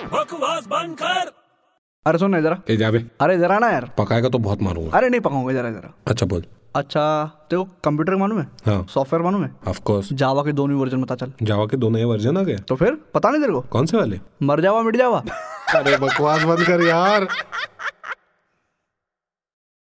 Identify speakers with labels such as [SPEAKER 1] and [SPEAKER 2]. [SPEAKER 1] आवाज बंद कर
[SPEAKER 2] अरे सुन ना जरा
[SPEAKER 3] ए जावे
[SPEAKER 2] अरे जरा ना यार
[SPEAKER 3] पकाएगा तो बहुत मारूंगा
[SPEAKER 2] अरे नहीं पकाऊंगा जरा जरा
[SPEAKER 3] अच्छा बोल
[SPEAKER 2] अच्छा तेरे को कंप्यूटर मालूम है
[SPEAKER 3] हाँ
[SPEAKER 2] सॉफ्टवेयर मालूम है
[SPEAKER 3] ऑफ कोर्स
[SPEAKER 2] जावा के दोनों वर्जन बता चल
[SPEAKER 3] जावा के दो नए वर्जन आ गए
[SPEAKER 2] तो फिर पता नहीं तेरे को
[SPEAKER 3] कौन से वाले
[SPEAKER 2] मर जावा मिट जावा
[SPEAKER 4] अरे बकवास बंद कर यार